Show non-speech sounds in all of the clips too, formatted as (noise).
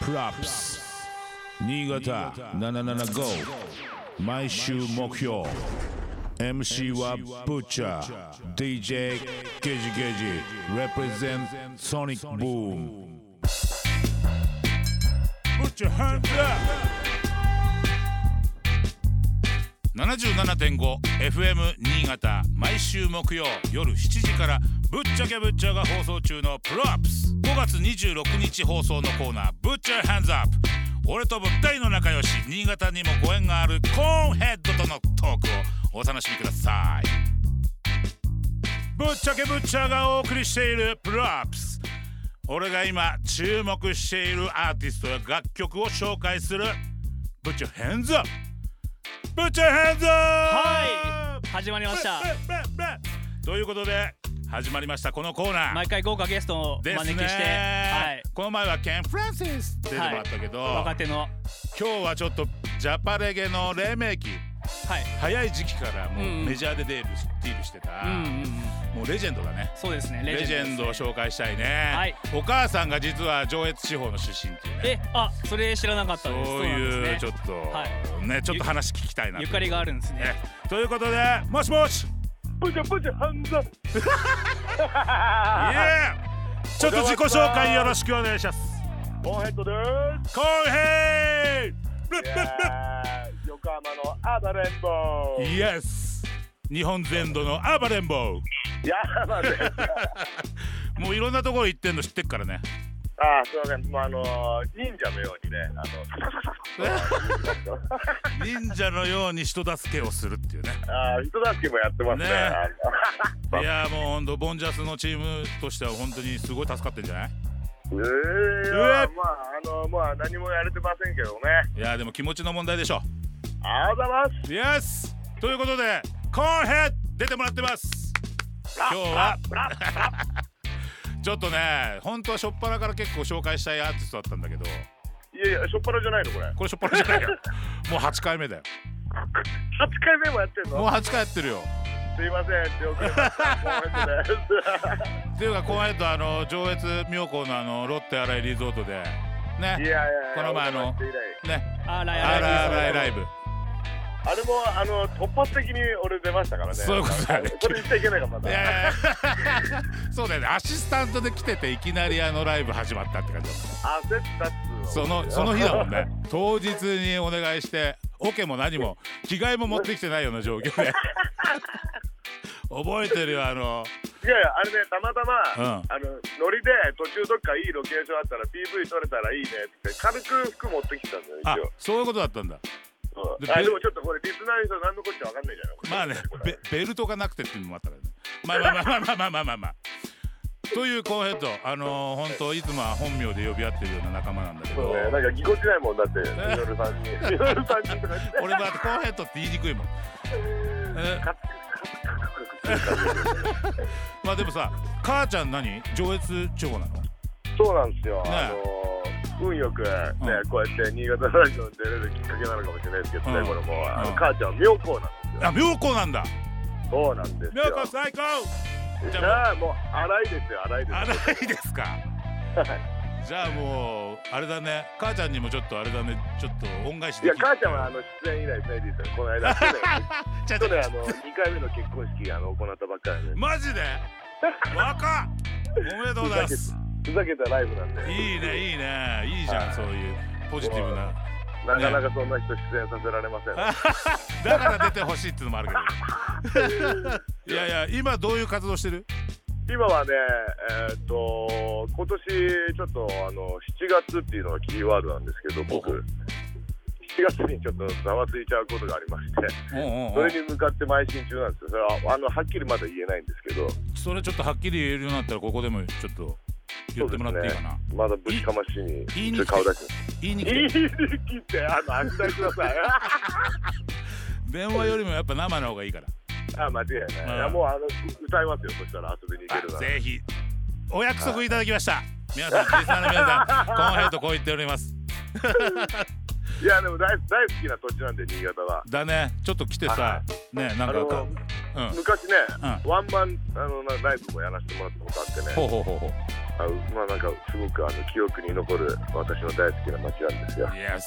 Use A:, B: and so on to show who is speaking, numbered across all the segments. A: プラップス新潟775毎週目標 MC はブッチャー DJ ゲジゲジ represent ソニックブーム Put your hands up
B: 77.5FM 新潟毎週木曜夜7時から「ぶっちゃけぶっちゃ」が放送中の「プロアップス」5月26日放送のコーナー「ぶっちゃ Hands Up」俺とぶったいの仲良し新潟にもご縁があるコーンヘッドとのトークをお楽しみくださいぶっちゃけぶっちゃがお送りしている「プロアップス」俺が今注目しているアーティストや楽曲を紹介する「ぶっちゃ Hands Up」ぶっちゃ Hands Up
C: はい始まりました
B: ブッブッブッということで始まりましたこのコーナー
C: 毎回豪華ゲストをお
B: です
C: 招
B: ね
C: きして、はい
B: この前はケン・フランシスっていうのもあったけど、
C: 若手のはい
B: 今日はちょっとジャパレゲの黎明期早い時期からも
C: んう
B: うんメジャーでデールディールしてた、
C: うんうんうん
B: もうレジェンドだね
C: そうですね
B: レジェンドを
C: ですね
B: 紹介したいね、
C: はい
B: お母さんが実は上越地方の出身っていうね
C: えあそれ知らなかった
B: そう
C: ですなん
B: い
C: で
B: う
C: す
B: ちょ
C: ね
B: っと、
C: は
B: ねちょっと話聞きたいな
C: ゆかりがあるんですね
B: ねということでもしもし
D: ぶちゃぶちゃハンズアップ
B: いえちょっと自己紹介よろしくお願いします
D: コーンヘッドです
B: コンヘ
D: (laughs) いやー横浜のアダレンボー
B: イイエス日本全土のアバレンボ
D: やばいです
B: ーもういろんなところ行ってんの知ってっからね
D: あーすいませんもうあのー忍者のようにねあの
B: 忍者のように人助けをするっていうね
D: (laughs) あー人助けもやってますね
B: ね
D: あの
B: いやーもうほんとボンジャスのチームとしては本当にすごい助かってんじゃない
D: (laughs) えー
B: うえ
D: まああのまあ何もやれてませんけどね
B: いやーでも気持ちの問題でしょ
D: ありがとうございま
B: イエスということでコーンヘッド出てもらってます今日はちょっとね本当は初っ端から結構紹介したいアーティストだったんだけど
D: すいやいや初っ端じゃないのこれ
B: これ初っ端じゃないよもう8回目だよ
D: 8回目もやってん
B: もう
D: の
B: 8回やってるよ
D: すいません出遅れました
B: (laughs)
D: コーンヘッドです
B: っていうかこの間あの上越妙高のあのロッテ新井リゾートで
D: (laughs) いやい
B: ね
D: やいや
B: この前あの
D: お邪魔して以来
B: ね
C: あらやら
B: 新井ライブ
D: あれもあの突発的に俺出ましたからね。
B: そういうことだよね
D: これ言っちゃいけないかま
B: い
D: だ。
B: やいや (laughs) そうだよねアシスタントで来てていきなりあのライブ始まったって感じだった
D: 焦ったっつう
B: そのその日だもんね当日にお願いしてオケも何も着替えも持ってきてないような状況 (laughs) で覚えてるよあの
D: いやいやあれねたまたま、
B: うん
D: あのノリで途中どっかいいロケーションあったら PV 撮れたらいいねって軽く服持ってきたんだ
B: あ
D: よ
B: そういうことだったんだ
D: 一応。うん
B: で
D: あ
B: べ
D: でもちょっとこれリスナーの人何のこっちゃわかんないじゃないこれ
B: まあね
D: これ
B: ベベルトがなくてっていうのもあったからねまあまあまあまあまあまあまあまあというコーンヘッドあのー、本当いつもは本名で呼び合ってるような仲間なんだけ
D: そ
B: ど
D: うねなんかぎこちないもんだってミノルさんにミノルさんにとか言って
B: 俺もだってコーンヘッドって言いにくいもんえ
D: カッカッカッカッカッカッカッカッカッ
B: まあでもさ母ちゃん何上越地方なの
D: そうなんですよ、
B: ね
D: あのー運よく、ね
B: うん
D: こうやって新潟ラジオに出れるきっかけなのかもしれないですけどね、
B: うん
D: これもう、あの
B: うん
D: 母ちゃんは妙高なんですよ
B: あ妙高なんだ
D: そうなんです
B: 妙
D: よ
B: 高最高じゃ
D: ああもう荒いですよ荒いです
B: あ
D: よ
B: らいですかじゃあもうあれだね母ちゃんにもちょっとあれだねちょっと恩返し
D: (laughs) い
B: で
D: や
B: き
D: 母ちゃんはあの出演以来ですね実はこの
B: (laughs)
D: 間去
B: ちょっ
D: 年去
B: と
D: 年あの2回目の結婚式あの行ったばっかりで、
B: マジで若っおめでとうございます
D: ふざけたライブなんで
B: いいねいいねいいじゃんそういうポジティブな
D: なかなかそんな人出演させられません、
B: だから出てほしいっていうのもあるけどいやいや今どういう活動してる
D: 今はねえーっと今年ちょっとあの7月っていうのがキーワードなんですけど僕
B: ほう
D: 7月にちょっとざわついちゃうことがありまして
B: うんうん
D: そ
B: うん
D: れに向かって邁進中なんですよそれはあのはっきりまだ言えないんですけど
B: それちょっとはっきり言えるようになったらここでもちょっと言ってもらっていいかな、
D: まだぶちかましに
B: 言い
D: ち
B: に来
D: ょってと顔出して
B: 言いに来
D: 言い
B: て
D: 切ってあのあ (laughs) したください
B: 電話よりもやっぱ生の方がいいから
D: あ間違いない,、いや
B: うん
D: もうあの歌いますよそしたら遊びに行ける
B: あ
D: なら
B: ぜひお約束いただきました皆さんリスナーの皆さん (laughs) コーンヘッドこう言っております
D: いやでも大大好きな土地なんで新潟は
B: だねちょっと来てさ
D: は
B: ねなんか
D: あの
B: かうん
D: 昔ね、
B: う
D: ワンマンあのライブもやらせてもらったことあってね
B: ほうほうほうほう
D: あまあなんかすごくあの記憶に残る私の大好きな街なんですよ。
B: Yes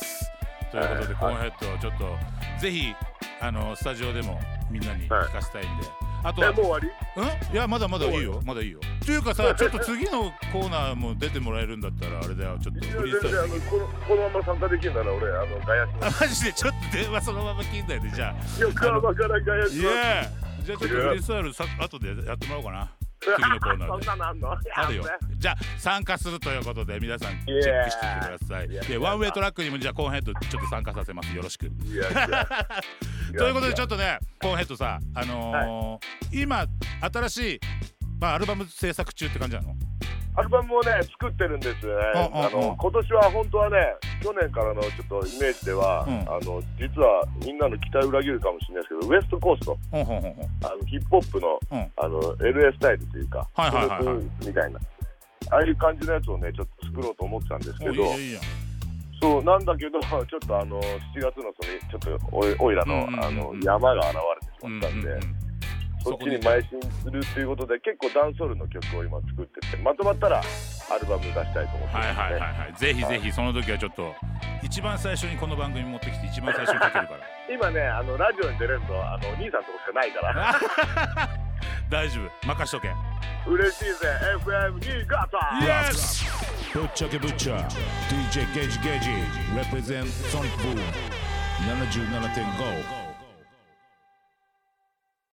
B: ということで、コーンヘッドをちょっとぜひあのスタジオでもみんなに聞かせたいんで、あと
D: えも
B: は
D: う終わり
B: うんいやまだまだいいよまだいいよというかさちょっと次のコーナーも出てもらえるんだったらあれだよちょっと
D: いや
B: フリースタ
D: 全
B: イ
D: 然
B: ル
D: あのこのこのまま参加できるなら俺あのガヤしま
B: (laughs) あマジでちょっと電話そのまま聞いたよねじゃあ
D: す。横浜からガヤし
B: い
D: ま
B: や
D: す。
B: じゃあちょっとフリースタイルさ後でやってもらおうか (laughs) な次のコーナーで
D: そんなのあんの
B: あるよ
D: やべ
B: じゃあ参加するということで皆さんチェックしてみてください
D: Yeah
B: でワンウェイトラックにもじゃあコーンヘッドちょっと参加させますよろしく
D: いやいやいや
B: ということでちょっとねコーンヘッドさあのー今新しいまあアルバム制作中って感じなの
D: アルバムをね作ってるんですね
B: ああ
D: あの
B: あ
D: 今年は本当はね去年からのちょっとイメージでは、
B: うん
D: あの実はみんなの期待を裏切るかもしれないですけどウエストコースト
B: ほんほんほんほん
D: あのヒップホップの,、
B: うん
D: あの LA スタイルというか、
B: はいはいはいはい
D: グループみたいなああいう感じのやつをねちょっと作ろうと思ってたんですけ
B: お
D: ど
B: いいよいいよ
D: そうなんだけど (laughs) ちょっとあの7月のそのちょっとおいおいらの,、
B: うんうんうんうん
D: あの山が現
B: う
D: れてしま
B: ん
D: っ
B: う
D: た
B: ん
D: んで、
B: うん
D: そっちに邁進するということで結構ダンソールの曲を今作っててまとまったらアルバム出したいと思ってま
B: はい
D: すね、
B: はいはいはいぜひぜひその時はちょっと一番最初にこの番組持ってきて一番最初にかけるから
D: 今ねあのラジオに出れるのはあのお兄さんとこしかないか
B: (laughs)
D: ら
B: 大丈夫任しとけ
D: 嬉しいぜ FM 新潟
B: Yes!
A: Butcher ke Butcher, DJ Gage Gage, represent Sonic Boom, 77.5